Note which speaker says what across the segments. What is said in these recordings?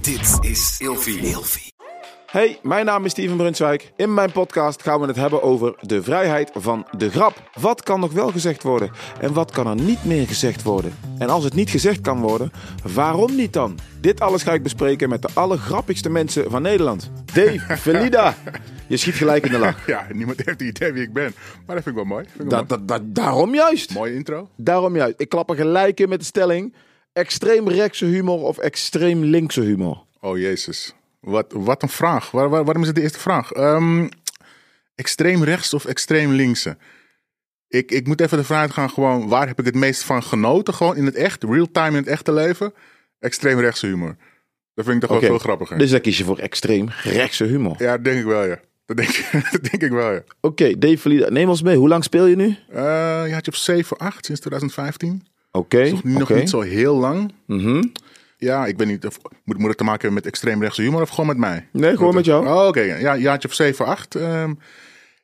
Speaker 1: Dit is Ilfie.
Speaker 2: Hey, mijn naam is Steven Brunswijk. In mijn podcast gaan we het hebben over de vrijheid van de grap. Wat kan nog wel gezegd worden en wat kan er niet meer gezegd worden? En als het niet gezegd kan worden, waarom niet dan? Dit alles ga ik bespreken met de allergrappigste mensen van Nederland. Dave, Felida, je schiet gelijk in de lach.
Speaker 3: Ja, niemand heeft een idee wie ik ben. Maar dat vind ik wel mooi. Vind ik wel
Speaker 2: Dat, dat, dat, daarom juist.
Speaker 3: mooi. Mooie intro.
Speaker 2: Daarom juist. Ik klap er gelijk in met de stelling: extreem rechtse humor of extreem linkse humor?
Speaker 3: Oh jezus. Wat, wat een vraag. Waar, waar- waarom is het de eerste vraag? Ehm, extreem rechts of extreem linkse? Ik, ik moet even ervan uitgaan, gewoon, waar heb ik het meest van genoten? Gewoon in het echt, real time in het echte leven. Extreem rechtse humor. Dat vind ik toch
Speaker 2: Oké.
Speaker 3: wel veel grappiger.
Speaker 2: Dus dan kies je voor extreem rechtse humor.
Speaker 3: Ja, dat denk ik wel, ja. Dat denk, ik- dat denk ik wel, ja.
Speaker 2: Oké, Dave Verlieda, neem ons mee. Hoe lang speel je nu?
Speaker 3: Eh, je had je op 7, 8 sinds 2015.
Speaker 2: Oké,
Speaker 3: Nog, nog
Speaker 2: oké.
Speaker 3: niet zo heel lang.
Speaker 2: Mhm.
Speaker 3: Ja, ik weet niet. Of, moet, moet het te maken hebben met extreemrechtse humor of gewoon met mij?
Speaker 2: Nee, gewoon met jou.
Speaker 3: Oh, Oké, ja, jaartje of 7, 8. Ehm,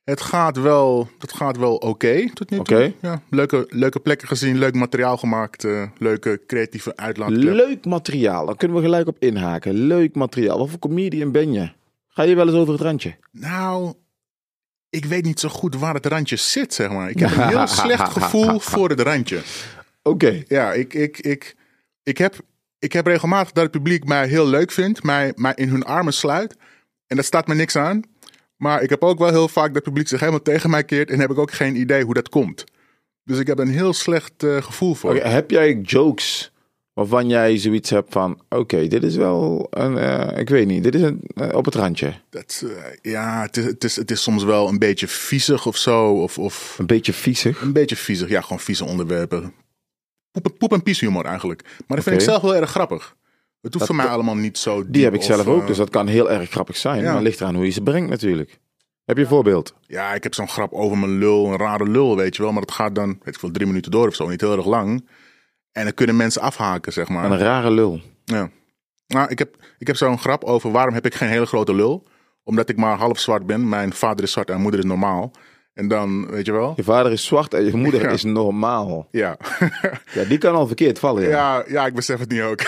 Speaker 3: het gaat wel, dat gaat wel oké tot nu toe.
Speaker 2: Oké.
Speaker 3: Ja, leuke, leuke plekken gezien, leuk materiaal gemaakt, eh, leuke creatieve uitlaatklep.
Speaker 2: Leuk materiaal. Dan kunnen we gelijk op inhaken. Leuk materiaal. Wat voor comedian ben je? Ga je wel eens over het randje?
Speaker 3: nou, ik weet niet zo goed waar het randje zit, zeg maar. Ik heb een heel slecht gevoel voor het randje.
Speaker 2: Oké.
Speaker 3: Ja, ik, ik, ik, ik, heb, ik heb regelmatig dat het publiek mij heel leuk vindt, mij, mij in hun armen sluit. En dat staat me niks aan. Maar ik heb ook wel heel vaak dat het publiek zich helemaal tegen mij keert en heb ik ook geen idee hoe dat komt. Dus ik heb een heel slecht eh, gevoel voor.
Speaker 2: Oké, Heb jij jokes waarvan jij zoiets hebt van... Oké, dit is wel een... eh, ik weet niet. Dit is een, eh, op het randje.
Speaker 3: Dat, eh, ja, het is, het, is, het is soms wel een beetje viezig of zo. Of, of
Speaker 2: Een beetje viezig.
Speaker 3: een beetje viezig. Ja, gewoon vieze onderwerpen. Poep, en- poep en pies humor eigenlijk. Maar dat vind
Speaker 2: Oké.
Speaker 3: ik zelf wel erg grappig. Het hoeft voor mij allemaal niet zo diep.
Speaker 2: Die heb ik
Speaker 3: of,
Speaker 2: zelf ook.
Speaker 3: eh,
Speaker 2: Dus dat kan heel erg grappig zijn.
Speaker 3: ja.
Speaker 2: Maar het ligt eraan hoe je ze brengt natuurlijk. Heb je een voorbeeld?
Speaker 3: Ja, ik heb zo'n grap over mijn lul, een rare lul, weet je wel. Maar dat gaat dan, weet ik veel, drie minuten door of zo, niet heel erg lang. En dan kunnen mensen afhaken, zeg maar.
Speaker 2: Een rare lul.
Speaker 3: Ja. Nou, ik heb, ik heb zo'n grap over waarom heb ik geen hele grote lul? Omdat ik maar half zwart ben. Mijn vader is zwart en moeder is normaal. En dan, weet je wel.
Speaker 2: Je vader is zwart en je moeder
Speaker 3: Ja.
Speaker 2: is normaal.
Speaker 3: Ja,
Speaker 2: Ja, die kan al verkeerd vallen. Ja.
Speaker 3: ja, ja ik besef het niet ook.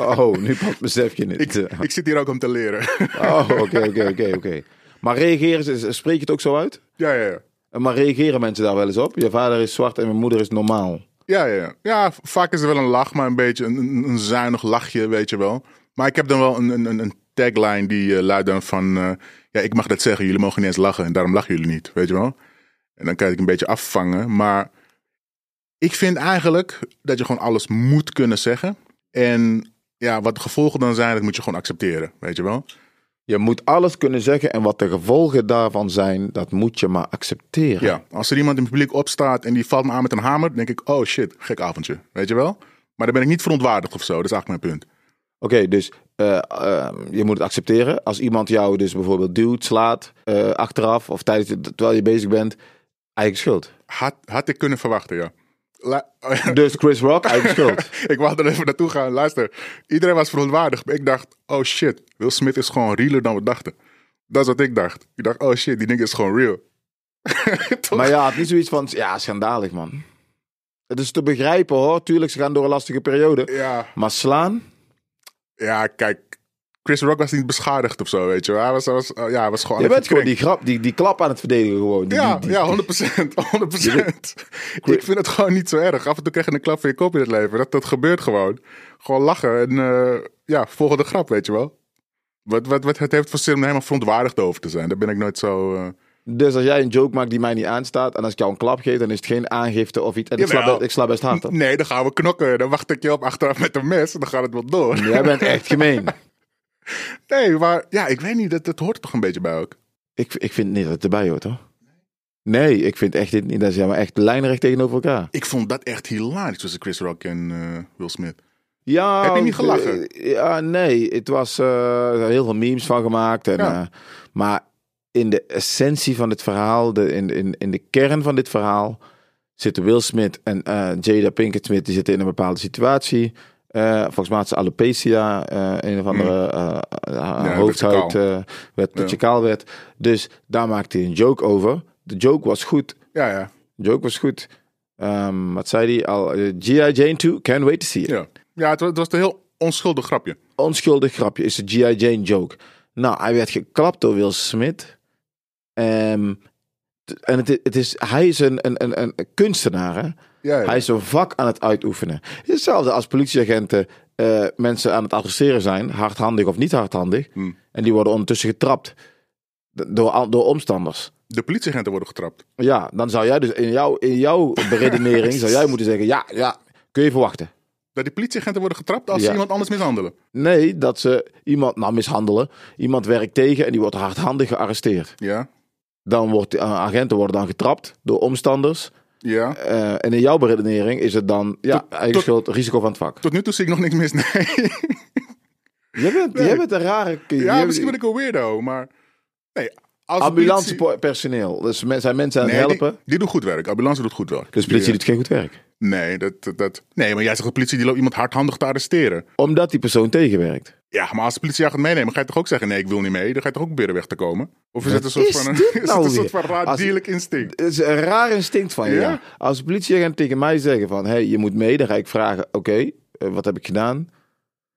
Speaker 2: Oh, nu pas besef je het.
Speaker 3: ik, ik zit hier ook om te leren.
Speaker 2: Oh, oké, oké, oké, oké. Maar reageren ze, spreek je het ook zo uit?
Speaker 3: ja, ja, ja.
Speaker 2: Maar reageren mensen daar wel eens op? Je vader is zwart en mijn moeder is normaal.
Speaker 3: Ja, ja, ja. ja, v- vaak is er wel een lach, maar een beetje een, een, een zuinig lachje, weet je wel. Maar ik heb dan wel een, een- een, een tagline die eh, luidt dan van... eh, ja, ik mag dat zeggen, jullie mogen niet eens lachen en daarom lachen jullie niet, weet je wel. En dan kan ik een beetje afvangen, maar... Ik vind eigenlijk dat je gewoon alles moet kunnen zeggen. En ja, wat de gevolgen dan zijn, dat moet je gewoon accepteren, weet je wel.
Speaker 2: Je moet alles kunnen zeggen en wat de gevolgen daarvan zijn, dat moet je maar accepteren.
Speaker 3: Ja, als er iemand in het publiek opstaat en die valt me aan met een hamer... dan denk ik, oh shit, gek avondje, weet je wel. Maar dan ben ik niet verontwaardigd of zo, dat is eigenlijk mijn punt.
Speaker 2: Oké, dus eh, eh, je moet het accepteren. Als iemand jou dus bijvoorbeeld duwt, slaat, eh, achteraf of tijdens terwijl je bezig bent, eigen schuld.
Speaker 3: Had, had ik kunnen verwachten, ja. La-
Speaker 2: Dus Chris Rock, eigen schuld.
Speaker 3: ik wou er even naartoe gaan. Luister, iedereen was verontwaardigd. maar Ik dacht, oh shit, Will Smith is gewoon realer dan we dachten. Dat is wat ik dacht. Ik dacht, oh shit, die ding is gewoon real. Toch?
Speaker 2: Maar ja, het niet zoiets van, ja, schandalig man. Het is te begrijpen hoor, tuurlijk, ze gaan door een lastige periode.
Speaker 3: ja,
Speaker 2: Maar slaan?
Speaker 3: ja, kijk. Chris Rock was niet beschadigd of zo, weet je wel. Hij was, hij was, eh, ja, hij was gewoon
Speaker 2: Je
Speaker 3: aan
Speaker 2: bent
Speaker 3: het
Speaker 2: gewoon
Speaker 3: verkringen.
Speaker 2: die grap, die, die klap aan het verdedigen gewoon. Die-
Speaker 3: Ja,
Speaker 2: die- die-
Speaker 3: ja, 100 100 Ik vind het gewoon niet zo erg. Af en toe krijg je een klap van je kop in het leven. Dat, dat gebeurt gewoon. Gewoon lachen en eh, ja, volgende grap, weet je wel. Wat, wat, wat, het heeft voor zin om er helemaal verontwaardigd over te zijn. Daar ben ik nooit zo... eh
Speaker 2: Dus als jij een joke maakt die mij niet aanstaat en als ik jou een klap geef, dan is het geen aangifte of iets. En ik, sla
Speaker 3: Jawel.
Speaker 2: best, ik sla best hard. hoor.
Speaker 3: Nee, dan gaan we knokken. Dan wacht ik je op achteraf met een mes. en Dan gaat het wel door.
Speaker 2: Jij bent echt gemeen.
Speaker 3: Nee, maar ja, ik weet niet. Dat, dat hoort toch een beetje bij ook.
Speaker 2: Ik, ik vind niet dat het erbij hoort hoor. Nee, ik vind echt dit niet. Dat is ja, maar echt lijnrecht tegenover elkaar.
Speaker 3: Ik vond dat echt hilarisch tussen Chris Rock en eh, Will Smith.
Speaker 2: Ja,
Speaker 3: Heb je niet gelachen?
Speaker 2: eh, Ja, nee. Het was eh, er zijn heel veel memes van gemaakt. En,
Speaker 3: Ja.
Speaker 2: eh, maar in de essentie van dit verhaal, de, in, in, in de kern van dit verhaal, zitten Will Smith en eh, Jada Pinkett Smith. Die zitten in een bepaalde situatie. Eh, volgens mij had ze alopecia, eh, een of andere
Speaker 3: Hmm.
Speaker 2: eh, haar
Speaker 3: werd
Speaker 2: hoofdhuid
Speaker 3: ze
Speaker 2: eh, werd, dat je kaal werd. Dus daar maakte hij een joke over. De joke was goed.
Speaker 3: Ja, ja.
Speaker 2: De joke was goed. Ehm, wat zei hij al? eh, G.I. Jane 2, can't wait to see it.
Speaker 3: Ja, ja het, wa- het was een heel onschuldig grapje.
Speaker 2: onschuldig grapje is de G.I. Jane joke. Nou, hij werd geklapt door Will Smith. Ehm, t- en het, i- het is, hij is een, een, een, een kunstenaar, hè?
Speaker 3: Ja, ja.
Speaker 2: Hij is een vak aan het uitoefenen. Hetzelfde als politieagenten eh, mensen aan het arresteren zijn, hardhandig of niet hardhandig. En die worden ondertussen getrapt d- door, al- door omstanders.
Speaker 3: De politieagenten worden getrapt.
Speaker 2: Ja, dan zou jij dus in, jou, in jouw beredenering zou jij moeten zeggen: ja, ja, kun je verwachten.
Speaker 3: Dat die politieagenten worden getrapt als
Speaker 2: Ja.
Speaker 3: ze iemand anders mishandelen.
Speaker 2: Nee, dat ze iemand, nou mishandelen, iemand werkt tegen en die wordt hardhandig gearresteerd.
Speaker 3: Ja,
Speaker 2: Dan wordt, eh, agenten worden dan getrapt door omstanders.
Speaker 3: ja.
Speaker 2: Eh, en in jouw beredenering is het dan, ja, eigen
Speaker 3: tot-
Speaker 2: schuld, risico van het vak.
Speaker 3: Tot nu toe zie ik nog niks mis. Nee.
Speaker 2: Jij bent, jij bent een rare...
Speaker 3: Ja,
Speaker 2: jij-
Speaker 3: misschien ben ik een weirdo, maar... Nee, als de politie-
Speaker 2: ambulancepersoneel. Dus men- zijn mensen aan het
Speaker 3: Nee,
Speaker 2: helpen.
Speaker 3: Die, die doet goed werk. Ambulance doet goed werk.
Speaker 2: Dus de politie
Speaker 3: Die,
Speaker 2: doet geen goed werk.
Speaker 3: eh, Nee, dat, dat- dat, nee, maar jij zegt de politie die loopt iemand hardhandig te arresteren.
Speaker 2: Omdat die persoon tegenwerkt.
Speaker 3: Ja, maar als de politie jou gaat meenemen, ga je toch ook zeggen... nee, ik wil niet mee. Dan ga je toch ook proberen weg te komen? Of is het een soort
Speaker 2: is
Speaker 3: van... Een,
Speaker 2: dit
Speaker 3: is
Speaker 2: nou
Speaker 3: het een soort van
Speaker 2: weer?
Speaker 3: raar
Speaker 2: Als-
Speaker 3: dierlijk instinct?
Speaker 2: Het is een raar instinct van je.
Speaker 3: Ja?
Speaker 2: ja. Als de politieagent tegen mij zeggen van... hey, je moet mee, dan ga ik vragen... oké, eh, wat heb ik gedaan?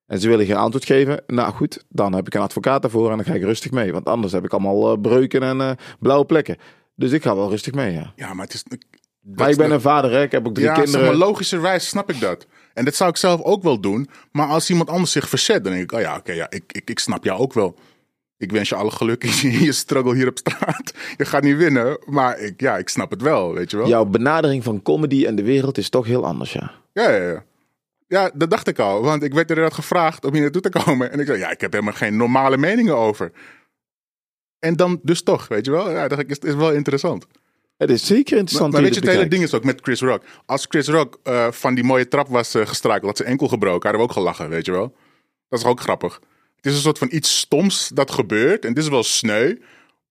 Speaker 2: En ze willen geen antwoord geven. Nou goed, dan heb ik een advocaat daarvoor... en dan ga ik rustig mee. Want anders heb ik allemaal eh, breuken en eh, blauwe plekken. Dus ik ga wel rustig mee, ja.
Speaker 3: Ja, maar het is...
Speaker 2: Maar ik ben een vader, hè. Ik heb ook drie
Speaker 3: ja,
Speaker 2: kinderen.
Speaker 3: Zeg maar, logischerwijs snap ik dat. En dat zou ik zelf ook wel doen. Maar als iemand anders zich verzet, dan denk ik... Oh ja, oké, ja, ik, ik, ik snap jou ook wel. Ik wens je alle geluk in je struggle hier op straat. Je gaat niet winnen, maar ik, ja, ik snap het wel, weet je wel.
Speaker 2: Jouw benadering van comedy en de wereld is toch heel anders, ja.
Speaker 3: Ja, ja, ja. Ja, dat dacht ik al. Want ik werd inderdaad gevraagd om hier naartoe te komen. En ik zei, ja, ik heb helemaal geen normale meningen over. En dan dus toch, weet je wel. Ja, dacht ik, is, is wel interessant.
Speaker 2: Het is zeker interessant
Speaker 3: maar
Speaker 2: hoe
Speaker 3: weet je,
Speaker 2: dit
Speaker 3: het hele
Speaker 2: bekijkt.
Speaker 3: ding is ook met Chris Rock. Als Chris Rock eh, van die mooie trap was eh, gestruikeld, had zijn enkel gebroken, hadden we ook gelachen, weet je wel. Dat is toch ook grappig. Het is een soort van iets stoms dat gebeurt. En het is wel sneu.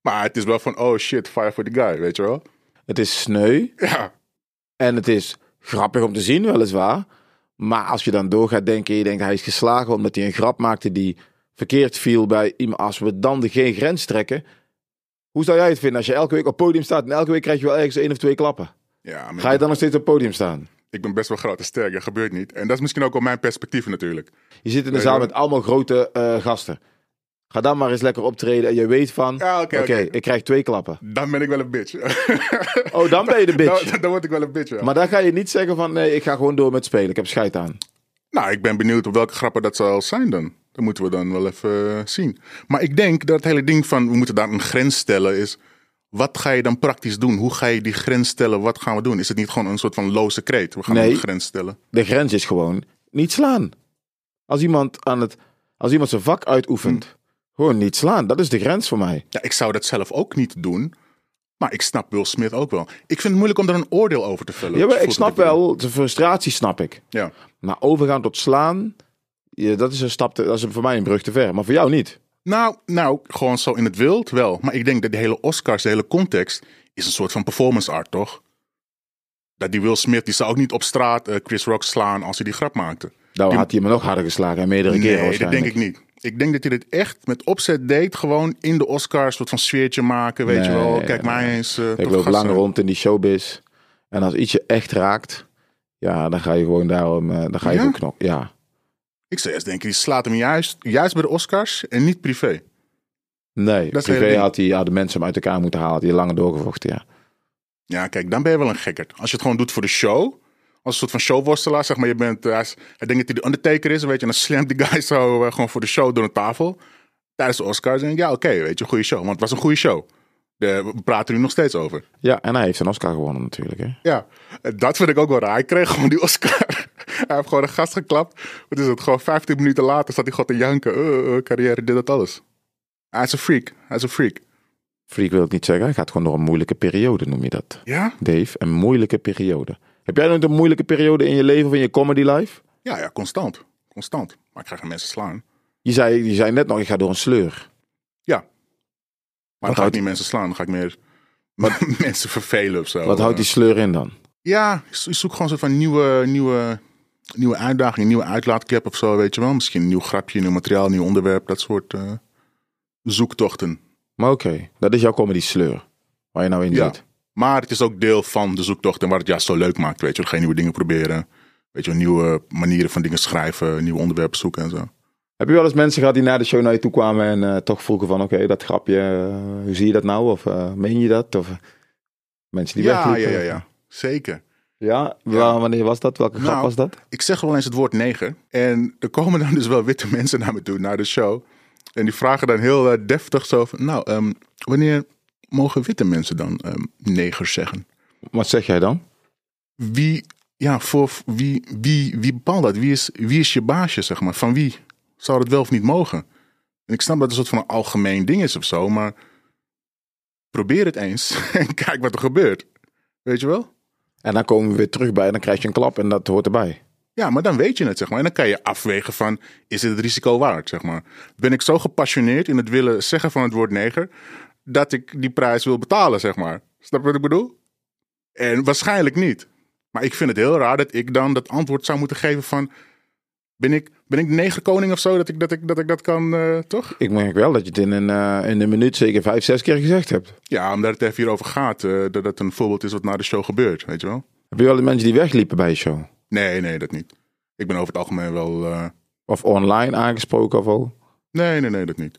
Speaker 3: Maar het is wel van, oh shit, fire for the guy, weet je wel.
Speaker 2: Het is sneu.
Speaker 3: Ja,
Speaker 2: En het is grappig om te zien, weliswaar. Maar als je dan door gaat denken, je denkt hij is geslagen omdat hij een grap maakte die verkeerd viel bij iemand. Als we dan de geen grens trekken. Hoe zou jij het vinden als je elke week op het podium staat en elke week krijg je wel ergens één of twee klappen?
Speaker 3: ja maar
Speaker 2: Ga je dan nog steeds op het podium staan?
Speaker 3: ik ben best wel groot en sterk. Dat gebeurt niet. En dat is misschien ook op mijn perspectief natuurlijk.
Speaker 2: Je zit in een zaal met allemaal grote eh, gasten. Ga dan maar eens lekker optreden en je weet van,
Speaker 3: Ja, oké, oké.
Speaker 2: ik krijg twee klappen.
Speaker 3: Dan ben ik wel een bitch.
Speaker 2: Oh, dan ben je de bitch.
Speaker 3: Dan, dan word ik wel een bitch, ja.
Speaker 2: Maar dan ga je niet zeggen van, nee, ik ga gewoon door met spelen. Ik heb scheid aan.
Speaker 3: Nou, ik ben benieuwd op welke grappen dat zal zijn dan. Dat moeten we dan wel even eh, zien. Maar ik denk dat het hele ding van we moeten daar een grens stellen is. Wat ga je dan praktisch doen? Hoe ga je die grens stellen? Wat gaan we doen? Is het niet gewoon een soort van loze kreet? We gaan
Speaker 2: Nee.
Speaker 3: een grens stellen.
Speaker 2: De grens is gewoon niet slaan. Als iemand, aan het, als iemand zijn vak uitoefent,
Speaker 3: Hm.
Speaker 2: gewoon niet slaan. Dat is de grens voor mij.
Speaker 3: Ja, ik zou dat zelf ook niet doen. Maar ik snap Will Smith ook wel. Ik vind het moeilijk om daar een oordeel over te vullen.
Speaker 2: Ja, maar ik
Speaker 3: Voelt
Speaker 2: snap
Speaker 3: het ook-
Speaker 2: wel, de frustratie snap ik.
Speaker 3: Ja.
Speaker 2: Maar overgaan tot slaan, ja, dat is een stap, te- dat is voor mij een brug te ver. Maar voor jou niet.
Speaker 3: Nou, nou, gewoon zo in het wild wel. Maar ik denk dat de hele Oscars, de hele context, is een soort van performance art, toch? Dat die Will Smith, die zou ook niet op straat eh, Chris Rock slaan als hij die grap maakte.
Speaker 2: Dan had hij me nog harder geslagen en meerdere keren
Speaker 3: Nee, dat
Speaker 2: waarschijnlijk.
Speaker 3: denk ik niet. Ik denk dat hij dit echt met opzet deed, gewoon in de Oscars, soort van sfeertje maken, weet je
Speaker 2: Nee,
Speaker 3: wel. Kijk,
Speaker 2: nee,
Speaker 3: mij eens. eh,
Speaker 2: Ik
Speaker 3: toch
Speaker 2: loop
Speaker 3: gasten.
Speaker 2: lang rond in die showbiz. En als iets je echt raakt, ja, dan ga je gewoon daarom, eh, dan ga je
Speaker 3: Ja?
Speaker 2: gewoon knokken. Ja.
Speaker 3: Ik zou eerst denken, die slaat hem juist, juist bij de Oscars en niet privé.
Speaker 2: Nee,
Speaker 3: Dat is het hele
Speaker 2: privé
Speaker 3: ding.
Speaker 2: had hij ja, de mensen hem uit elkaar moeten halen. Die langer doorgevochten, ja.
Speaker 3: Ja, kijk, dan ben je wel een gekkerd. Als je het gewoon doet voor de show. Als een soort van showworstelaar, zeg maar. Je bent, eh, hij, is- hij denkt dat hij de Undertaker is, weet je. En dan slamt die guy zo eh, gewoon voor de show door een tafel. Tijdens de Oscars. En ja, oké, weet je, goede show. Want het was een goede show. De, we praten er nu nog steeds over.
Speaker 2: Ja, en hij heeft een Oscar gewonnen natuurlijk, hè.
Speaker 3: Ja, eh, dat vind ik ook wel raar. Hij kreeg gewoon die Oscar. hij heeft gewoon een gast geklapt. Wat is het? Gewoon 15 minuten later zat hij gewoon te janken. Eh, eh, carrière, dit, dat, alles. Hij is een freak. Hij is een freak.
Speaker 2: Freak wil het niet zeggen. Hij gaat gewoon door een moeilijke periode, noem je dat.
Speaker 3: Ja?
Speaker 2: Dave, een moeilijke periode. Heb jij nooit een moeilijke periode in je leven of in je comedy life?
Speaker 3: Ja, ja, constant. Constant. Maar ik ga geen mensen slaan.
Speaker 2: Je zei, je zei net nog, ik ga door een sleur.
Speaker 3: Ja. Maar dan ga ik
Speaker 2: houdt-
Speaker 3: niet mensen slaan, dan ga ik meer mensen vervelen of zo. Eh,
Speaker 2: Wat houdt die sleur in dan?
Speaker 3: Ja, ik zo- ik zoek gewoon zo van nieuwe, nieuwe, nieuwe uitdaging, nieuwe uitlaatklep of zo, weet je wel. Misschien een nieuw grapje, nieuw materiaal, nieuw onderwerp, dat soort eh, zoektochten.
Speaker 2: Maar oké, dat is jouw comedy sleur. Waar je nou in
Speaker 3: Ja.
Speaker 2: zit.
Speaker 3: Maar het is ook deel van de zoektocht en waar het juist zo leuk maakt, weet je. wel. Ga je nieuwe dingen proberen, weet je, wel, nieuwe manieren van dingen schrijven, nieuwe onderwerpen zoeken en zo.
Speaker 2: Heb je wel eens mensen gehad die na de show naar je toe kwamen en eh, toch vroegen van oké, dat grapje, eh, hoe zie je dat nou? Of eh, meen je dat? Of eh, mensen die
Speaker 3: ja, ja,
Speaker 2: wegliepen?
Speaker 3: ja, ja. Zeker.
Speaker 2: Ja?
Speaker 3: Ja.
Speaker 2: Waar- wanneer was dat? Welke grap
Speaker 3: Nou,
Speaker 2: was dat?
Speaker 3: Ik zeg wel eens het woord neger. En er komen dan dus wel witte mensen naar me toe, naar de show. En die vragen dan heel eh, deftig zo van... Nou, ehm, wanneer mogen witte mensen dan ehm neger zeggen?
Speaker 2: Wat zeg jij dan?
Speaker 3: Wie, ja, voor wie, wie, wie bepaalt dat? Wie is, wie is je baasje, zeg maar? Van wie zou dat wel of niet mogen? En ik snap dat het een soort van een algemeen ding is of zo, maar... Probeer het eens en kijk wat er gebeurt. Weet je wel?
Speaker 2: En dan komen we weer terug bij en dan krijg je een klap en dat hoort erbij.
Speaker 3: Ja, maar dan weet je het, zeg maar. En dan kan je afwegen van, is dit het risico waard, zeg maar. Ben ik zo gepassioneerd in het willen zeggen van het woord neger... dat ik die prijs wil betalen, zeg maar. Snap je wat ik bedoel? En waarschijnlijk niet. Maar ik vind het heel raar dat ik dan dat antwoord zou moeten geven van... ben ik, ben ik negerkoning of zo, dat ik dat, ik, dat, ik dat kan, eh, toch?
Speaker 2: Ik merk wel dat je het in een, eh, in een minuut zeker vijf, zes keer gezegd hebt.
Speaker 3: Ja, omdat het even hierover gaat, eh, dat het een voorbeeld is wat na de show gebeurt, weet je wel?
Speaker 2: Heb je wel de mensen die wegliepen bij je show?
Speaker 3: Nee, nee, dat niet. Ik ben over het algemeen wel... eh,
Speaker 2: Of online aangesproken of al? Oké,
Speaker 3: Nee, nee, nee, dat niet.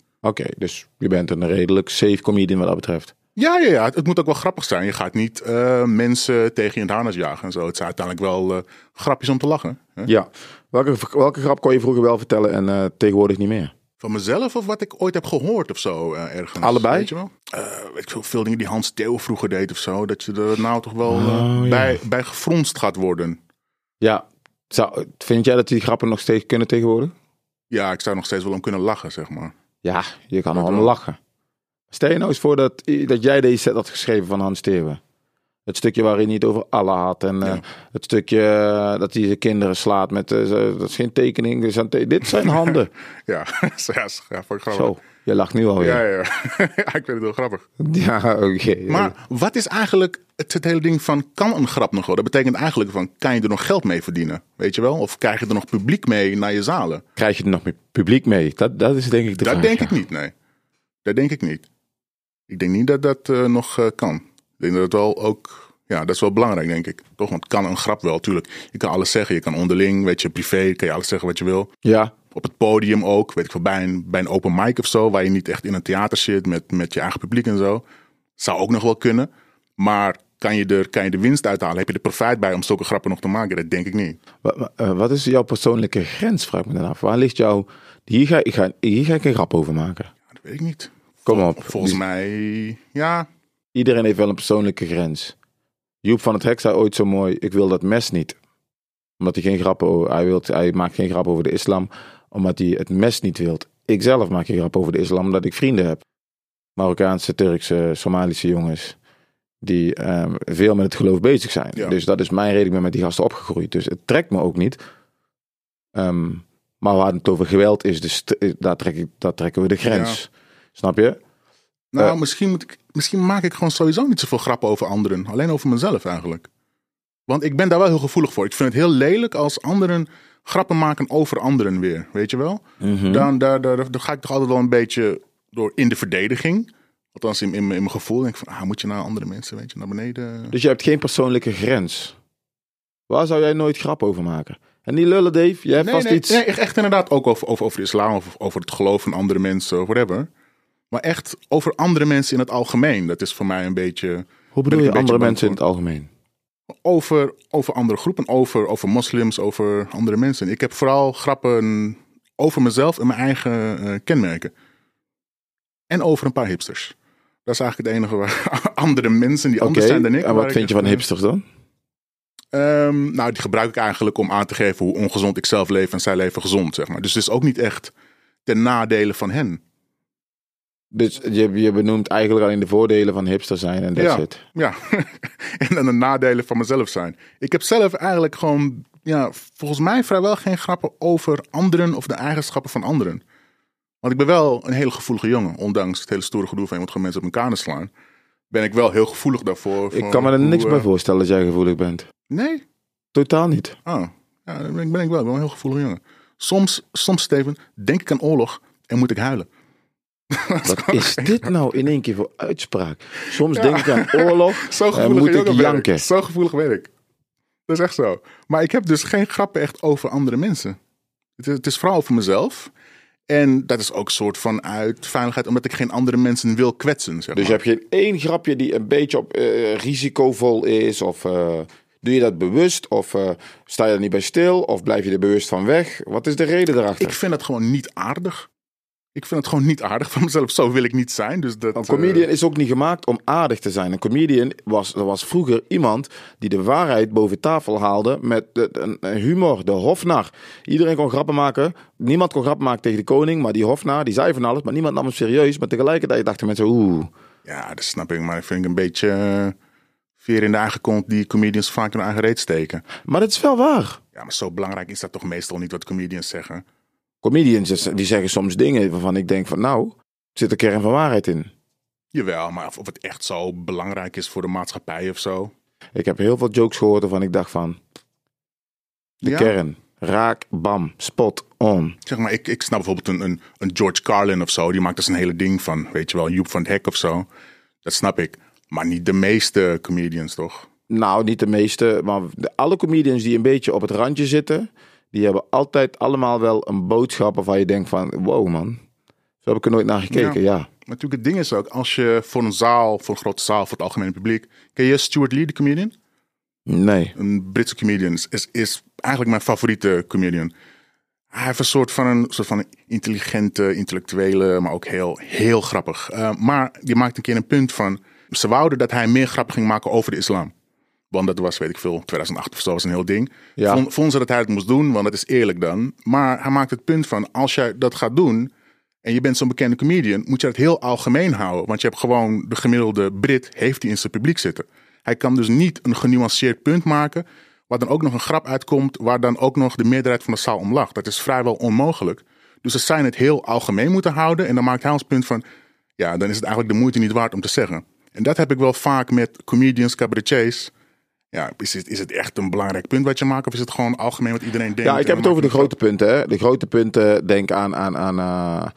Speaker 2: dus je bent een redelijk safe comedian wat dat betreft.
Speaker 3: Ja, ja, ja. Het, het moet ook wel grappig zijn. Je gaat niet eh, mensen tegen je in het harnas jagen en zo. Het zijn uiteindelijk wel eh, grapjes om te lachen. Hè?
Speaker 2: Ja. Welke, welke grap kon je vroeger wel vertellen en eh, tegenwoordig niet meer?
Speaker 3: Van mezelf of wat ik ooit heb gehoord of zo eh, ergens.
Speaker 2: Allebei?
Speaker 3: Weet je wel? Eh, weet ik veel, veel dingen die Hans Theo vroeger deed of zo. Dat je er nou toch wel eh,
Speaker 2: Oh, ja.
Speaker 3: bij, bij gefronst gaat worden.
Speaker 2: Ja. Zou, vind jij dat die grappen nog steeds kunnen tegenwoordig?
Speaker 3: Ja, ik zou nog steeds wel om kunnen lachen, zeg maar.
Speaker 2: Ja, je kan er
Speaker 3: wel.
Speaker 2: allemaal lachen. Stel je nou eens voor dat, dat jij deze set had geschreven van Hans Steven. Het stukje waarin hij het over Allah had. En eh,
Speaker 3: Ja.
Speaker 2: het stukje eh, dat hij zijn kinderen slaat met... eh, zo- dat is geen tekening. Dit zijn, te- dit zijn handen.
Speaker 3: Ja, ja, is- ja, vond ik grappig.
Speaker 2: Zo, je lacht nu alweer.
Speaker 3: Ja,
Speaker 2: Ja,
Speaker 3: ja, ja. Ja, ik vind het heel grappig.
Speaker 2: oké.
Speaker 3: Maar wat is eigenlijk het, het hele ding van kan een grap nog wel? Dat betekent eigenlijk van kan je er nog geld mee verdienen? Weet je wel? Of krijg je er nog publiek mee naar je zalen?
Speaker 2: Krijg je er nog meer publiek mee? Dat, dat is denk ik de
Speaker 3: dat
Speaker 2: vraag,
Speaker 3: denk
Speaker 2: ja.
Speaker 3: ik niet, nee. Dat denk ik niet. Ik denk niet dat dat eh, nog eh, kan. Ik denk dat het wel ook, ja, dat is wel belangrijk, denk ik. Toch? Want kan een grap wel, tuurlijk. Je kan alles zeggen. Je kan onderling, weet je, privé, kan je alles zeggen wat je wil.
Speaker 2: Ja,
Speaker 3: Op het podium ook, weet ik veel, bij een, bij een open mic of zo, waar je niet echt in een theater zit met, met je eigen publiek en zo. Zou ook nog wel kunnen. Maar kan je, er, kan je de winst uithalen? Heb je er profijt bij om zulke grappen nog te maken? Dat denk ik niet.
Speaker 2: Wa- wa- eh, Wat is jouw persoonlijke grens, vraag ik me dan af. Waar ligt jouw... Hier ga, ik ga, hier ga ik een grap over maken.
Speaker 3: Ja, dat weet ik niet.
Speaker 2: Kom op.
Speaker 3: Volgens
Speaker 2: Die-
Speaker 3: mij, ja,
Speaker 2: Iedereen heeft wel een persoonlijke grens. Joep van het Hek zei ooit zo mooi, ik wil dat mes niet. Omdat hij geen grap over... Hij, wilt, hij maakt geen grap over de islam, omdat hij het mes niet wilt. Ik zelf maak geen grap over de islam, omdat ik vrienden heb. Marokkaanse, Turkse, Somalische jongens. Die ehm, veel met het geloof bezig zijn.
Speaker 3: Ja.
Speaker 2: Dus dat is mijn reden. Ik ben met die gasten opgegroeid. Dus het trekt me ook niet. Ehm, maar waar het over geweld is, dus t- eh, daar, trek ik, daar trekken we de grens. Snap je?
Speaker 3: nou,
Speaker 2: Eh.
Speaker 3: misschien, moet ik, misschien maak ik gewoon sowieso niet zoveel grappen over anderen. Alleen over mezelf eigenlijk. Want ik ben daar wel heel gevoelig voor. Ik vind het heel lelijk als anderen grappen maken over anderen weer. Weet je wel?
Speaker 2: Hm?
Speaker 3: dan, daar, daar, daar ga ik toch altijd wel een beetje door in de verdediging. Althans, in, in, mijn- in mijn gevoel denk ik van, ah, moet je naar andere mensen, weet je, naar beneden.
Speaker 2: Dus je hebt geen persoonlijke grens. Waar zou jij nooit grap over maken? En die lullen, Dave, jij hebt
Speaker 3: Nee,
Speaker 2: vast
Speaker 3: nee,
Speaker 2: iets.
Speaker 3: nee, echt inderdaad ook over, over, over de islam of over het geloof van andere mensen, of whatever. Maar echt over andere mensen in het algemeen. Dat is voor mij een beetje
Speaker 2: Hoe bedoel
Speaker 3: Ben ik
Speaker 2: je
Speaker 3: een beetje
Speaker 2: andere
Speaker 3: bang
Speaker 2: mensen in het algemeen?
Speaker 3: over, over andere groepen, over, over moslims, over andere mensen. Ik heb vooral grappen over mezelf en mijn eigen eh, kenmerken. En over een paar hipsters. Dat is eigenlijk het enige waar andere mensen die anders
Speaker 2: Oké,
Speaker 3: zijn dan ik.
Speaker 2: en
Speaker 3: waar
Speaker 2: wat
Speaker 3: ik
Speaker 2: vind je
Speaker 3: echt,
Speaker 2: van hipsters dan?
Speaker 3: Ehm, nou, die gebruik ik eigenlijk om aan te geven hoe ongezond ik zelf leef en zij leven gezond, zeg maar. Dus het is ook niet echt ten nadele van hen.
Speaker 2: Dus je, je benoemt eigenlijk alleen de voordelen van hipster zijn en dat
Speaker 3: ja,
Speaker 2: zit.
Speaker 3: ja. en dan de nadelen van mezelf zijn. Ik heb zelf eigenlijk gewoon, ja, volgens mij vrijwel geen grappen over anderen of de eigenschappen van anderen. Want ik ben wel een hele gevoelige jongen, ondanks het hele stoere gedoe van je moet gewoon mensen op elkaar slaan. Ben ik wel heel gevoelig daarvoor.
Speaker 2: Ik
Speaker 3: voor
Speaker 2: kan me er
Speaker 3: hoe,
Speaker 2: niks
Speaker 3: eh,
Speaker 2: bij voorstellen dat jij gevoelig bent.
Speaker 3: Nee,
Speaker 2: Totaal niet.
Speaker 3: Oh, ja, dat ben ik, ben ik wel. Ik ben wel een heel gevoelig jongen. Soms, soms, Steven, denk ik aan oorlog en moet ik huilen.
Speaker 2: Wat is dit nou in één keer voor uitspraak? Soms denk ik aan oorlog
Speaker 3: Zo
Speaker 2: en
Speaker 3: gevoelig
Speaker 2: Eh, moet ik
Speaker 3: jongen ben
Speaker 2: janken.
Speaker 3: ik. Zo gevoelig ben ik. Dat is echt zo. Maar ik heb dus geen grappen echt over andere mensen. Het is, het is vooral over mezelf. En dat is ook een soort van uit veiligheid, omdat ik geen andere mensen wil kwetsen. Zeg maar.
Speaker 2: Dus je hebt geen één grapje die een beetje op, eh, risicovol is? Of eh, doe je dat bewust? Of eh, sta je er niet bij stil? Of blijf je er bewust van weg? Wat is de reden daarachter?
Speaker 3: Ik vind dat gewoon niet aardig. Ik vind het gewoon niet aardig van mezelf. Zo wil ik niet zijn. Dus dat,
Speaker 2: Een
Speaker 3: eh,
Speaker 2: comedian is ook niet gemaakt om aardig te zijn. Een comedian was, er was vroeger iemand die de waarheid boven tafel haalde met de, de- een humor, de hofnar. Iedereen kon grappen maken. Niemand kon grappen maken tegen de koning, maar die hofnar die zei van alles, maar niemand nam hem serieus. Maar tegelijkertijd dachten mensen, oeh,
Speaker 3: eh, ja, dat snap ik. Maar dat vind ik een beetje eh, veer in de eigen kont die comedians vaak hun eigen reet steken.
Speaker 2: maar dat is wel waar.
Speaker 3: Ja, maar zo belangrijk is dat toch meestal niet wat comedians zeggen.
Speaker 2: Comedians is- die zeggen soms dingen waarvan ik denk van nou, zit een kern van waarheid in.
Speaker 3: Jawel, maar of, of het echt zo belangrijk is voor de maatschappij of zo.
Speaker 2: Ik heb heel veel jokes gehoord waarvan ik dacht van, de
Speaker 3: Ja.
Speaker 2: kern, raak, bam, spot on.
Speaker 3: Zeg maar, ik, ik snap bijvoorbeeld een, een, een George Carlin of zo. Die maakt dus een hele ding van, weet je wel, Joep van het Hek of zo. Dat snap ik. Maar niet de meeste comedians, toch?
Speaker 2: Nou, niet de meeste, maar de, alle comedians die een beetje op het randje zitten, die hebben altijd allemaal wel een boodschap waarvan je denkt van, wow man, zo heb ik er nooit naar gekeken, ja.
Speaker 3: Maar natuurlijk, het ding is ook, als je voor een zaal, voor een grote zaal, voor het algemene publiek... Ken je Stuart Lee, de comedian?
Speaker 2: Nee.
Speaker 3: Een Britse comedian. Is- Is, is eigenlijk mijn favoriete comedian. Hij heeft een soort van een soort van een intelligente, intellectuele, maar ook heel, heel grappig. Eh, maar die maakt een keer een punt van... Ze wouden dat hij meer grap ging maken over de islam. Want dat was, weet ik veel, 2008 of zo was een heel ding.
Speaker 2: Ja.
Speaker 3: Vond, vonden ze dat hij het moest doen, want dat is eerlijk dan. Maar hij maakt het punt van, als jij dat gaat doen... en je bent zo'n bekende comedian, moet je dat heel algemeen houden. Want je hebt gewoon, de gemiddelde Brit heeft die in zijn publiek zitten. Hij kan dus niet een genuanceerd punt maken... waar dan ook nog een grap uitkomt... waar dan ook nog de meerderheid van de zaal om lacht. Dat is vrijwel onmogelijk. Dus ze zijn het heel algemeen moeten houden. En dan maakt hij ons punt van... ja, dan is het eigenlijk de moeite niet waard om te zeggen. En dat heb ik wel vaak met comedians, cabaretiers... Ja, is het, is het echt een belangrijk punt wat je maakt? Of is het gewoon algemeen wat iedereen denkt?
Speaker 2: Ja, ik
Speaker 3: en
Speaker 2: heb het
Speaker 3: dan
Speaker 2: over de
Speaker 3: maak je
Speaker 2: grote punten. Hè? De grote punten, denk aan, aan, aan eh,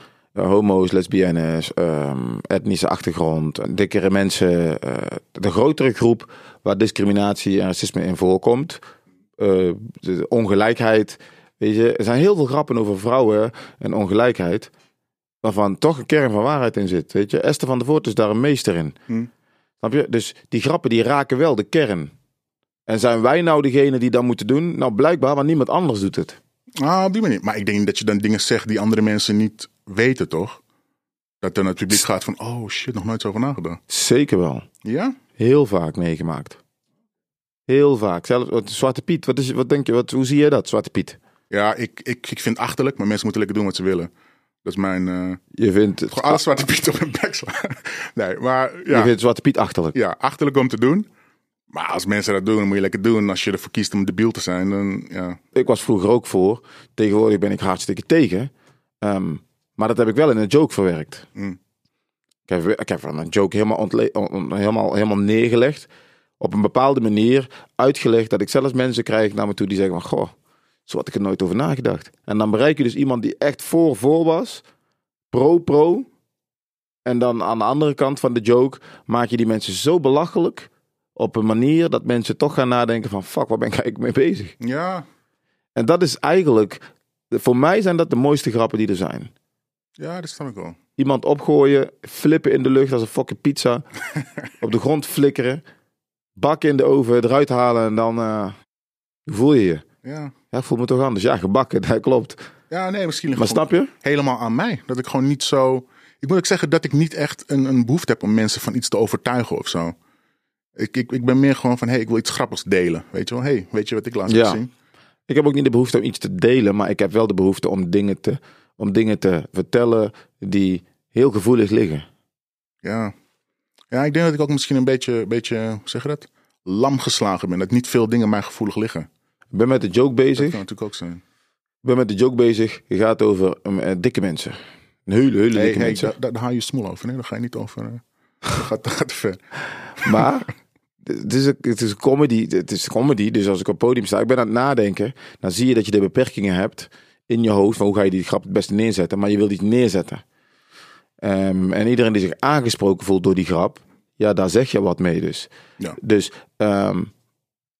Speaker 2: homo's, lesbiennes, ehm, etnische achtergrond, dikkere mensen. eh, de grotere groep waar discriminatie en racisme in voorkomt. Eh, de ongelijkheid. Weet je, er zijn heel veel grappen over vrouwen en ongelijkheid. Waarvan toch een kern van waarheid in zit. Weet je, Esther van der Voort is daar een meester in. Snap je? Dus die grappen die raken wel de kern. En zijn wij nou degene die dat moeten doen? Nou, blijkbaar, want niemand anders doet het.
Speaker 3: Ah, op die manier. Maar ik denk dat je dan dingen zegt die andere mensen niet weten, toch? Dat dan het publiek gaat van, oh shit, nog nooit zo over nagedacht.
Speaker 2: Zeker wel.
Speaker 3: Ja?
Speaker 2: Heel vaak meegemaakt. Heel vaak. Zelfs wat, Zwarte Piet, wat, is, wat denk je, wat, hoe zie je dat, Zwarte Piet?
Speaker 3: Ja, ik, ik, ik vind het achterlijk, maar mensen moeten lekker doen wat ze willen. Dat is mijn... eh
Speaker 2: Je vindt, het-
Speaker 3: gewoon alles zwarte piet op hun bek slaan. Nee, maar
Speaker 2: je
Speaker 3: ja,
Speaker 2: vindt Zwarte Piet achterlijk.
Speaker 3: ja, achterlijk om te doen. Maar als mensen dat doen, dan moet je lekker doen. Als je ervoor kiest om debiel te zijn, dan ja.
Speaker 2: Ik was vroeger ook voor. Tegenwoordig ben ik hartstikke tegen. Ehm, maar dat heb ik wel in een joke verwerkt.
Speaker 3: Mm.
Speaker 2: Ik, heb, ik heb van een joke helemaal, ontle- on- on- helemaal, helemaal neergelegd. Op een bepaalde manier uitgelegd dat ik zelfs mensen krijg naar me toe die zeggen van... Goh, zo had ik er nooit over nagedacht. En dan bereik je dus iemand die echt voor voor was. Pro pro. En dan aan de andere kant van de joke maak je die mensen zo belachelijk... Op een manier dat mensen toch gaan nadenken van... Fuck, waar ben ik eigenlijk mee bezig?
Speaker 3: Ja,
Speaker 2: En dat is eigenlijk, voor mij zijn dat de mooiste grappen die er zijn.
Speaker 3: ja, dat snap ik wel.
Speaker 2: Iemand opgooien, flippen in de lucht als een fucking pizza, op de grond flikkeren, bakken in de oven, eruit halen en dan eh, hoe voel je je.
Speaker 3: Ja,
Speaker 2: Ja, ik voel me toch anders. Ja, gebakken, dat klopt.
Speaker 3: ja nee, misschien...
Speaker 2: Maar snap je?
Speaker 3: helemaal aan mij. Dat ik gewoon niet zo. Ik moet ook zeggen dat ik niet echt een, een behoefte heb om mensen van iets te overtuigen of zo. Ik, ik, ik ben meer gewoon van, hé, hey, ik wil iets grappigs delen. Weet je wel, hé, hey, weet je wat ik laatst
Speaker 2: Ja.
Speaker 3: heb gezien?
Speaker 2: Ik heb ook niet de behoefte om iets te delen, maar ik heb wel de behoefte om dingen te, om dingen te vertellen die heel gevoelig liggen.
Speaker 3: Ja. ja, ik denk dat ik ook misschien een beetje, beetje hoe zeg je dat? Lam geslagen ben. Dat niet veel dingen mij gevoelig liggen.
Speaker 2: Ik ben met de joke
Speaker 3: Dat
Speaker 2: bezig.
Speaker 3: kan natuurlijk ook zijn.
Speaker 2: Ik ben met de joke bezig. Het gaat over eh, dikke mensen. Hele, hele
Speaker 3: Hey,
Speaker 2: dikke
Speaker 3: hey,
Speaker 2: mensen.
Speaker 3: daar, daar daar haal je smoel over. Nee, daar ga je niet over. eh, Dat gaat, dat gaat te ver.
Speaker 2: Maar het is, een, het is een comedy. Het is een comedy. Dus als ik op het podium sta, ik ben aan het nadenken. Dan zie je dat je de beperkingen hebt in je hoofd. Van hoe ga je die grap het beste neerzetten? Maar je wilt iets neerzetten. Ehm, en iedereen die zich aangesproken voelt door die grap. Ja, daar zeg je wat mee dus.
Speaker 3: Ja.
Speaker 2: Dus ehm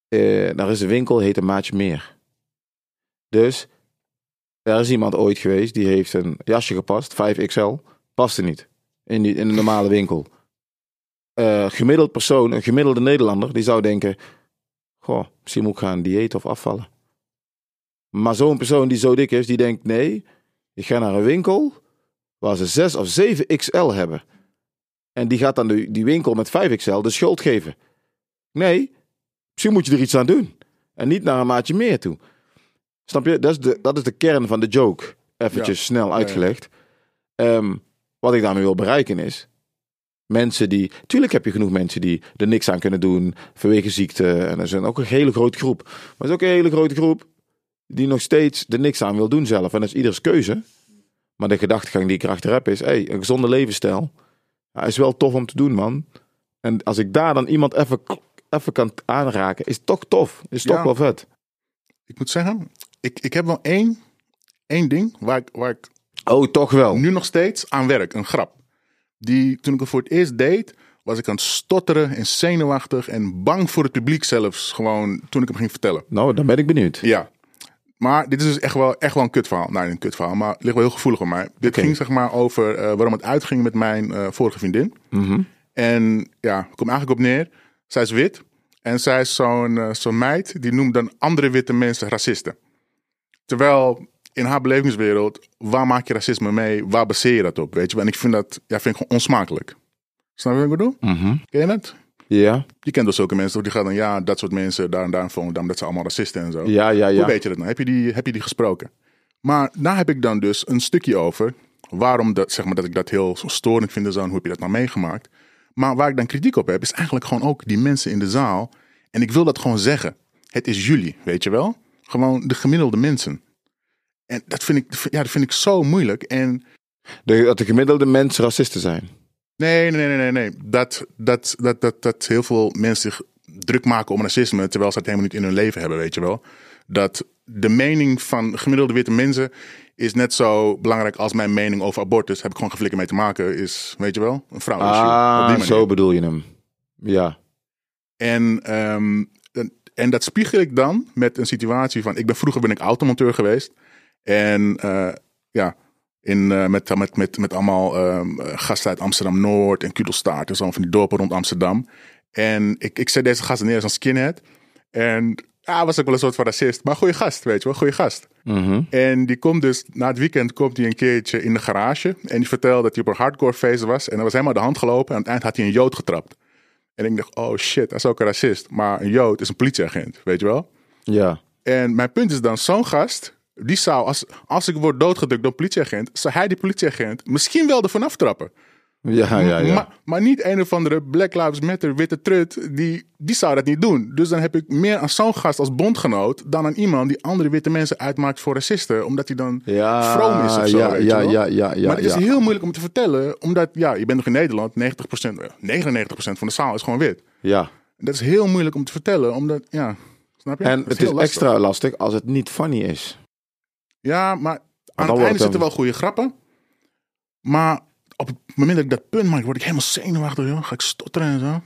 Speaker 2: eh, daar is een winkel, heet een maatje meer. Dus Er is iemand ooit geweest die heeft een jasje gepast, 5XL, paste niet in, die, in een normale winkel. Eh, gemiddeld persoon, een gemiddelde Nederlander, die zou denken: Goh, misschien moet ik gaan dieet of afvallen. Maar zo'n persoon die zo dik is, die denkt: Nee, ik ga naar een winkel waar ze 6 of 7 XL hebben. En die gaat dan de, die winkel met 5XL de schuld geven. Nee, misschien moet je er iets aan doen. En niet naar een maatje meer toe. Snap je? Dat is de, dat is de kern van de joke. Eventjes
Speaker 3: Ja.
Speaker 2: snel uitgelegd. Ehm, wat ik daarmee wil bereiken is... Mensen die... Tuurlijk heb je genoeg mensen die er niks aan kunnen doen... vanwege ziekte. En er zijn ook een hele grote groep. Maar er is ook een hele grote groep... die nog steeds er niks aan wil doen zelf. En dat is ieders keuze. Maar de gedachtegang die ik erachter heb is... Hey, een gezonde levensstijl... ja, is wel tof om te doen, man. En als ik daar dan iemand even, even kan aanraken... is toch tof. Is toch
Speaker 3: Ja.
Speaker 2: wel vet.
Speaker 3: Ik moet zeggen, ik, ik heb wel één, één ding waar ik, waar ik
Speaker 2: Oh, toch wel.
Speaker 3: nu nog steeds aan werk. Een grap. Die, toen ik het voor het eerst deed, was ik aan het stotteren en zenuwachtig en bang voor het publiek zelfs. Gewoon toen ik hem ging vertellen.
Speaker 2: Nou, dan ben ik benieuwd.
Speaker 3: Ja. Maar dit is dus echt wel, echt wel een kutverhaal. Nou, niet een kutverhaal, maar het ligt wel heel gevoelig aan mij. Dit ging zeg maar over eh, waarom het uitging met mijn eh, vorige vriendin. En ja, ik kom eigenlijk op neer. Zij is wit. En zij is zo'n eh, zo'n meid die noemt dan andere witte mensen racisten. Terwijl in haar belevingswereld, waar maak je racisme mee? Waar baseer je dat op? Weet je? wel? En ik vind dat ja, vind ik gewoon onsmakelijk. Snap je wat ik bedoel? Ken je dat?
Speaker 2: Ja,
Speaker 3: Je kent dus zulke mensen, toch? die gaan dan, ja, dat soort mensen, daar en daar, en volgende, dat zijn allemaal racisten en zo.
Speaker 2: ja, ja.
Speaker 3: Hoe
Speaker 2: ja.
Speaker 3: weet je dat nou? Heb je, die, heb je die gesproken? Maar daar heb ik dan dus een stukje over. Waarom dat, zeg maar, dat ik dat heel storend vind en zo. En hoe heb je dat nou meegemaakt? Maar waar ik dan kritiek op heb, is eigenlijk gewoon ook die mensen in de zaal. En ik wil dat gewoon zeggen. Het is jullie, weet je wel? Gewoon de gemiddelde mensen. En dat vind ik, ja, dat vind ik zo moeilijk. En
Speaker 2: De, dat de gemiddelde mensen racisten zijn.
Speaker 3: Nee, nee, nee, nee, nee. Dat, dat, dat, dat, dat heel veel mensen zich druk maken om racisme, terwijl ze het helemaal niet in hun leven hebben, weet je wel. Dat de mening van gemiddelde witte mensen is net zo belangrijk als mijn mening over abortus. Heb ik gewoon geflikken mee te maken, is, weet je wel, een vrouwenissue. op die
Speaker 2: Ah,
Speaker 3: manier.
Speaker 2: zo bedoel je hem. Ja.
Speaker 3: En, ehm, en- en dat spiegel ik dan met een situatie van... Ik ben, vroeger ben ik automonteur geweest. En eh, ja, in, eh, met, met, met, met allemaal ehm, eh, gasten uit Amsterdam-Noord en Kudelstaart... en zo van die dorpen rond Amsterdam. En ik, ik zet deze gasten neer als een skinhead. En ja, was ook wel een soort van racist. Maar goede gast, weet je wel, goede gast.
Speaker 2: Mhm.
Speaker 3: En die komt dus, na het weekend komt hij een keertje in de garage. En die vertelde dat hij op een hardcore feest was. En dat was helemaal de hand gelopen. En aan het eind had hij een jood getrapt. En ik dacht, oh shit, dat is ook een racist. Maar een jood is een politieagent, weet je wel?
Speaker 2: Ja.
Speaker 3: En mijn punt is dan, zo'n gast, die zou, als, als ik word doodgedrukt door een politieagent... zou hij die politieagent misschien wel ervan aftrappen.
Speaker 2: Ja, ja, ja.
Speaker 3: Maar, maar niet een of andere Black Lives Matter witte trut, die, die zou dat niet doen. Dus dan heb ik meer aan zo'n gast als bondgenoot... dan aan iemand die andere witte mensen uitmaakt voor racisten. Omdat hij dan
Speaker 2: ja,
Speaker 3: vroom is of zo,
Speaker 2: ja,
Speaker 3: weet je
Speaker 2: ja,
Speaker 3: wel.
Speaker 2: ja, ja, ja,
Speaker 3: maar het is
Speaker 2: ja.
Speaker 3: heel moeilijk om te vertellen, omdat ja, je bent nog in Nederland, 90%, eh, 99% van de zaal is gewoon wit.
Speaker 2: Ja.
Speaker 3: Dat is heel moeilijk om te vertellen, omdat ja, snap je?
Speaker 2: En
Speaker 3: Dat
Speaker 2: het
Speaker 3: heel
Speaker 2: is
Speaker 3: lastig.
Speaker 2: extra lastig als het niet funny is.
Speaker 3: Ja, maar aan
Speaker 2: wordt
Speaker 3: het einde
Speaker 2: het
Speaker 3: zitten
Speaker 2: hem.
Speaker 3: wel goede grappen. Maar op het moment dat ik dat punt maak, word ik helemaal zenuwachtig, joh. Ga ik stotteren en zo.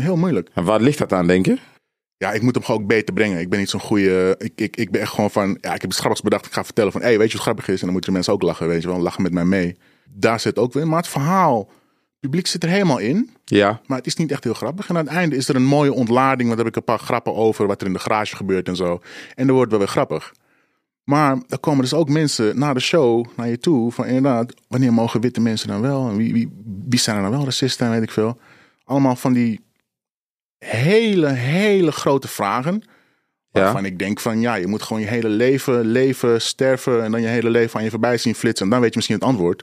Speaker 3: Heel moeilijk.
Speaker 2: En waar ligt dat aan, denk je?
Speaker 3: Ja, ik moet hem gewoon ook beter brengen. Ik ben niet zo'n goede. Ik, ik, ik ben echt gewoon van. Ja, ik heb iets grappigs bedacht. Ik ga vertellen van. Hé, hey, weet je wat grappig is? En dan moeten de mensen ook lachen. Weet je wel, lachen met mij mee. Daar zit ook weer. in. Maar het verhaal. Het publiek zit er helemaal in.
Speaker 2: Ja.
Speaker 3: Maar het is niet echt heel grappig. En aan het einde is er een mooie ontlading. Want dan heb ik een paar grappen over wat er in de garage gebeurt en zo. En dan wordt het wel weer grappig. Maar er komen dus ook mensen na de show naar je toe. Van inderdaad, wanneer mogen witte mensen dan wel? En wie, wie, wie zijn er dan wel racisten en weet ik veel. Allemaal van die hele, hele grote vragen.
Speaker 2: Ja.
Speaker 3: Waarvan ik denk van ja, je moet gewoon je hele leven leven, sterven. En dan je hele leven aan je voorbij zien flitsen. En dan weet je misschien het antwoord.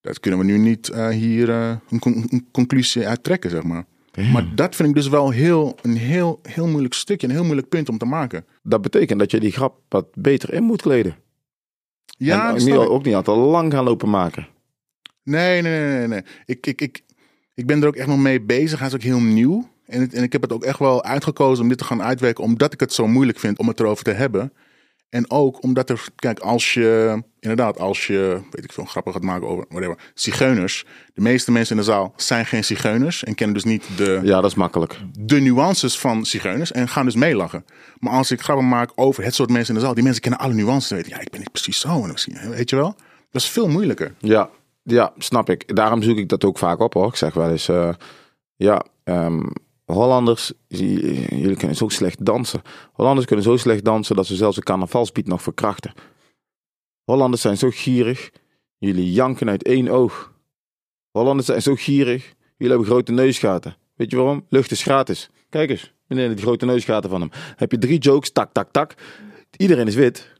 Speaker 3: Dat kunnen we nu niet eh, hier eh, een, con- een conclusie uit trekken, zeg maar. Maar dat vind ik dus wel heel, een heel, heel moeilijk stukje, een heel moeilijk punt om te maken.
Speaker 2: Dat betekent dat je die grap wat beter in moet kleden.
Speaker 3: Ja,
Speaker 2: en eh, ook
Speaker 3: dat snap
Speaker 2: niet,
Speaker 3: ik.
Speaker 2: ook niet altijd lang gaan lopen maken.
Speaker 3: Nee, nee, nee, nee. nee. Ik, ik, ik, ik ben er ook echt nog mee bezig. Hij is ook heel nieuw. En, het- en ik heb het ook echt wel uitgekozen om dit te gaan uitwerken, omdat ik het zo moeilijk vind om het erover te hebben. En ook omdat er, kijk, als je, inderdaad, als je, weet ik veel, grappig gaat maken over, whatever, zigeuners. De meeste mensen in de zaal zijn geen zigeuners en kennen dus niet de,
Speaker 2: Ja, dat is makkelijk.
Speaker 3: de nuances van zigeuners en gaan dus meelachen. Maar als ik grappen maak over het soort mensen in de zaal, die mensen kennen alle nuances en weten, ja, ik ben niet precies zo, en misschien, weet je wel. Dat is veel moeilijker.
Speaker 2: Ja, ja, snap ik. Daarom zoek ik dat ook vaak op hoor. Ik zeg wel eens, eh, ja, ehm, Hollanders, j- jullie kunnen zo slecht dansen. Hollanders kunnen zo slecht dansen dat ze zelfs een carnavalsbiet nog verkrachten. Hollanders zijn zo gierig, jullie janken uit één oog. Hollanders zijn zo gierig, jullie hebben grote neusgaten. Weet je waarom? Lucht is gratis. Kijk eens, meneer, die grote neusgaten van hem. Heb je drie jokes, tak, tak, tak. Iedereen is wit.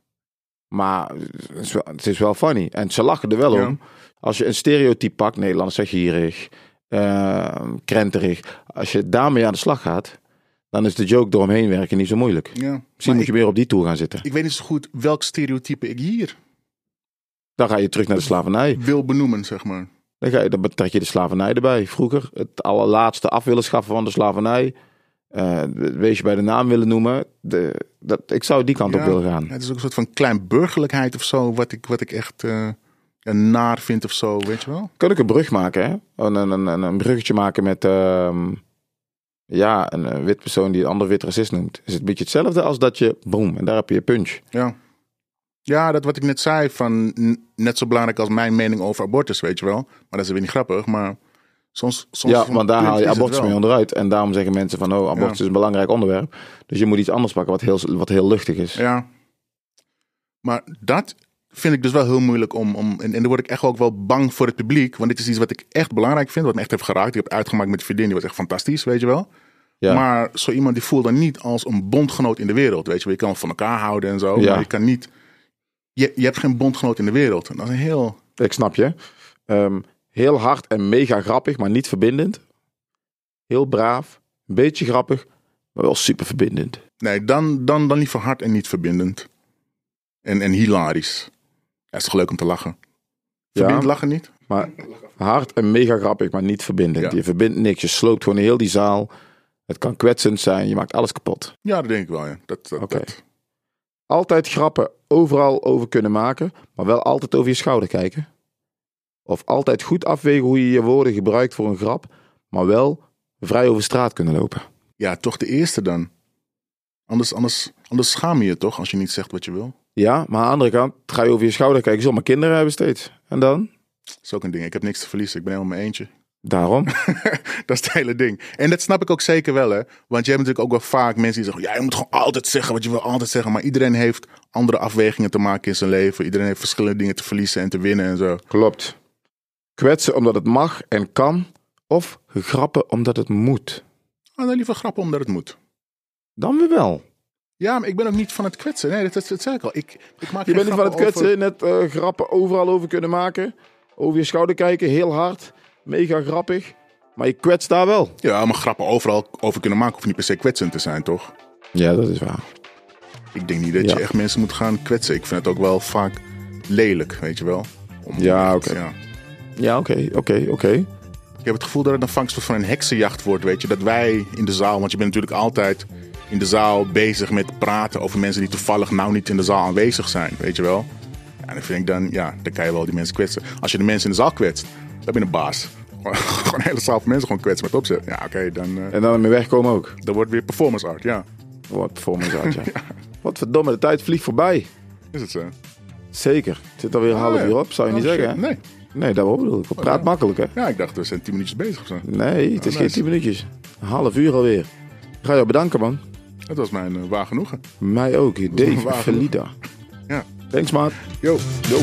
Speaker 2: Maar het is wel, het is wel funny. En ze lachen er wel
Speaker 3: Ja.
Speaker 2: om. Als je een stereotype pakt, Nederlanders zijn gierig, eh, krenterig. Als je daarmee aan de slag gaat, dan is de joke eromheen werken niet zo moeilijk.
Speaker 3: Ja.
Speaker 2: Misschien
Speaker 3: Maar
Speaker 2: moet je weer op die toer gaan zitten.
Speaker 3: ik, ik weet niet zo goed welk stereotype ik hier
Speaker 2: Dan ga je terug naar de slavernij.
Speaker 3: wil benoemen, zeg maar.
Speaker 2: Dan, ga je, dan trek je de slavernij erbij. Vroeger, het allerlaatste af willen schaffen van de slavernij. eh wees je bij de naam willen noemen. De, dat, ik zou die kant op
Speaker 3: Ja,
Speaker 2: willen gaan.
Speaker 3: ja, Het is ook een soort van kleinburgerlijkheid of zo, wat ik, wat ik echt eh, ja, naar vind of zo, weet je wel.
Speaker 2: Kan ik een brug maken, hè? Een, een, een, een bruggetje maken met... ehm, ja, een, eh, wit persoon die een ander wit racist noemt. Is het een beetje hetzelfde als dat je... Boom, en daar heb je je punch.
Speaker 3: Ja. Ja, dat wat ik net zei, van n- net zo belangrijk als mijn mening over abortus, weet je wel. Maar dat is weer niet grappig, maar soms... soms
Speaker 2: ja,
Speaker 3: van
Speaker 2: want daar
Speaker 3: punt
Speaker 2: haal je
Speaker 3: is het
Speaker 2: abortus
Speaker 3: wel.
Speaker 2: mee onderuit. En daarom zeggen mensen van... Oh, abortus
Speaker 3: Ja.
Speaker 2: is een belangrijk onderwerp. Dus je moet iets anders pakken wat heel, wat heel luchtig is.
Speaker 3: Ja. Maar dat vind ik dus wel heel moeilijk om... om en, en dan word ik echt ook wel bang voor het publiek, want dit is iets wat ik echt belangrijk vind, wat me echt heeft geraakt. Ik heb het uitgemaakt met een vriendin, die was echt fantastisch, weet je wel.
Speaker 2: Ja.
Speaker 3: Maar zo iemand die voelt dan niet als een bondgenoot in de wereld. Weet je, wel. je kan van elkaar houden en zo.
Speaker 2: Ja.
Speaker 3: Maar je kan niet. Je, je hebt geen bondgenoot in de wereld. En dat is een heel.
Speaker 2: Ik snap je. Ehm, heel hard en mega grappig, maar niet verbindend. Heel braaf, een beetje grappig, maar wel super verbindend.
Speaker 3: Nee, dan, dan, dan liever hard en niet verbindend. En, en hilarisch. Ja, is toch leuk om te lachen? Verbindend
Speaker 2: Ja,
Speaker 3: lachen niet?
Speaker 2: maar hard en mega grappig, maar niet verbindend.
Speaker 3: Ja.
Speaker 2: Je verbindt niks, je sloopt gewoon heel die zaal. Het kan kwetsend zijn, je maakt alles kapot.
Speaker 3: Ja, dat denk ik wel. Ja. Dat, dat,
Speaker 2: Oké.
Speaker 3: dat.
Speaker 2: Altijd grappen overal over kunnen maken, maar wel altijd over je schouder kijken. Of altijd goed afwegen hoe je je woorden gebruikt voor een grap, maar wel vrij over straat kunnen lopen.
Speaker 3: ja, toch de eerste dan. Anders, anders, anders schaam je je toch als je niet zegt wat je wil?
Speaker 2: Ja, maar aan de andere kant, ga je over je schouder kijken. Zo, mijn kinderen hebben steeds. En dan?
Speaker 3: Dat is ook een ding. Ik heb niks te verliezen. Ik ben helemaal mijn eentje.
Speaker 2: Daarom.
Speaker 3: Dat is het hele ding. En dat snap ik ook zeker wel, hè. Want je hebt natuurlijk ook wel vaak mensen die zeggen... Ja, je moet gewoon altijd zeggen wat je wil altijd zeggen. Maar iedereen heeft andere afwegingen te maken in zijn leven. Iedereen heeft verschillende dingen te verliezen en te winnen en zo.
Speaker 2: Klopt. Kwetsen omdat het mag en kan. Of grappen omdat het moet.
Speaker 3: Ah, dan liever grappen omdat het moet.
Speaker 2: Dan weer wel.
Speaker 3: Ja, maar ik ben ook niet van het kwetsen. Nee, dat, dat, dat zei ik al. Ik, ik maak
Speaker 2: Je
Speaker 3: geen
Speaker 2: bent niet van het
Speaker 3: grappen
Speaker 2: kwetsen, net eh, grappen overal over kunnen maken. Over je schouder kijken, heel hard. Mega grappig. Maar je kwetst daar wel.
Speaker 3: over- Ja, maar grappen overal over kunnen maken... hoeft niet per se kwetsend te zijn, toch?
Speaker 2: Ja, dat is waar.
Speaker 3: Ik denk niet dat
Speaker 2: Ja.
Speaker 3: je echt mensen moet gaan kwetsen. Ik vind het ook wel vaak lelijk, weet je wel. Om-
Speaker 2: Ja, oké.
Speaker 3: ja.
Speaker 2: Ja, oké, oké, oké.
Speaker 3: Ik heb het gevoel dat het een vangst van een heksenjacht wordt, weet je. Dat wij in de zaal, want je bent natuurlijk altijd in de zaal bezig met praten over mensen die toevallig nou niet in de zaal aanwezig zijn, weet je wel. Ja, dan vind ik dan, ja, dan kan je wel die mensen kwetsen. Als je de mensen in de zaal kwetst, dan ben je een baas. Gewoon- Gewoon een hele zaal van mensen gewoon kwetsen met opzet. Ja, oké, dan, eh,
Speaker 2: En dan ermee wegkomen ook.
Speaker 3: dan wordt weer performance art, ja.
Speaker 2: Wat performance uit, ja. Wat verdomme, de tijd vliegt voorbij.
Speaker 3: Is het zo?
Speaker 2: Zeker. Het zit alweer een half
Speaker 3: ja.
Speaker 2: uur op, zou je
Speaker 3: Oh,
Speaker 2: niet zeggen.
Speaker 3: shit,
Speaker 2: hè?
Speaker 3: nee.
Speaker 2: Nee, dat bedoel ik. We praat makkelijk, hè?
Speaker 3: Ja, ik dacht, we zijn tien minuutjes bezig of zo.
Speaker 2: Nee, het is
Speaker 3: Ah,
Speaker 2: geen
Speaker 3: nice.
Speaker 2: 10 minuutjes. Een half uur alweer. Ik ga jou bedanken, man.
Speaker 3: Dat was mijn eh, waar genoegen.
Speaker 2: Mij ook. Dave
Speaker 3: Waar.
Speaker 2: Felida.
Speaker 3: Ja.
Speaker 2: Thanks, maat.
Speaker 3: Yo. Yo.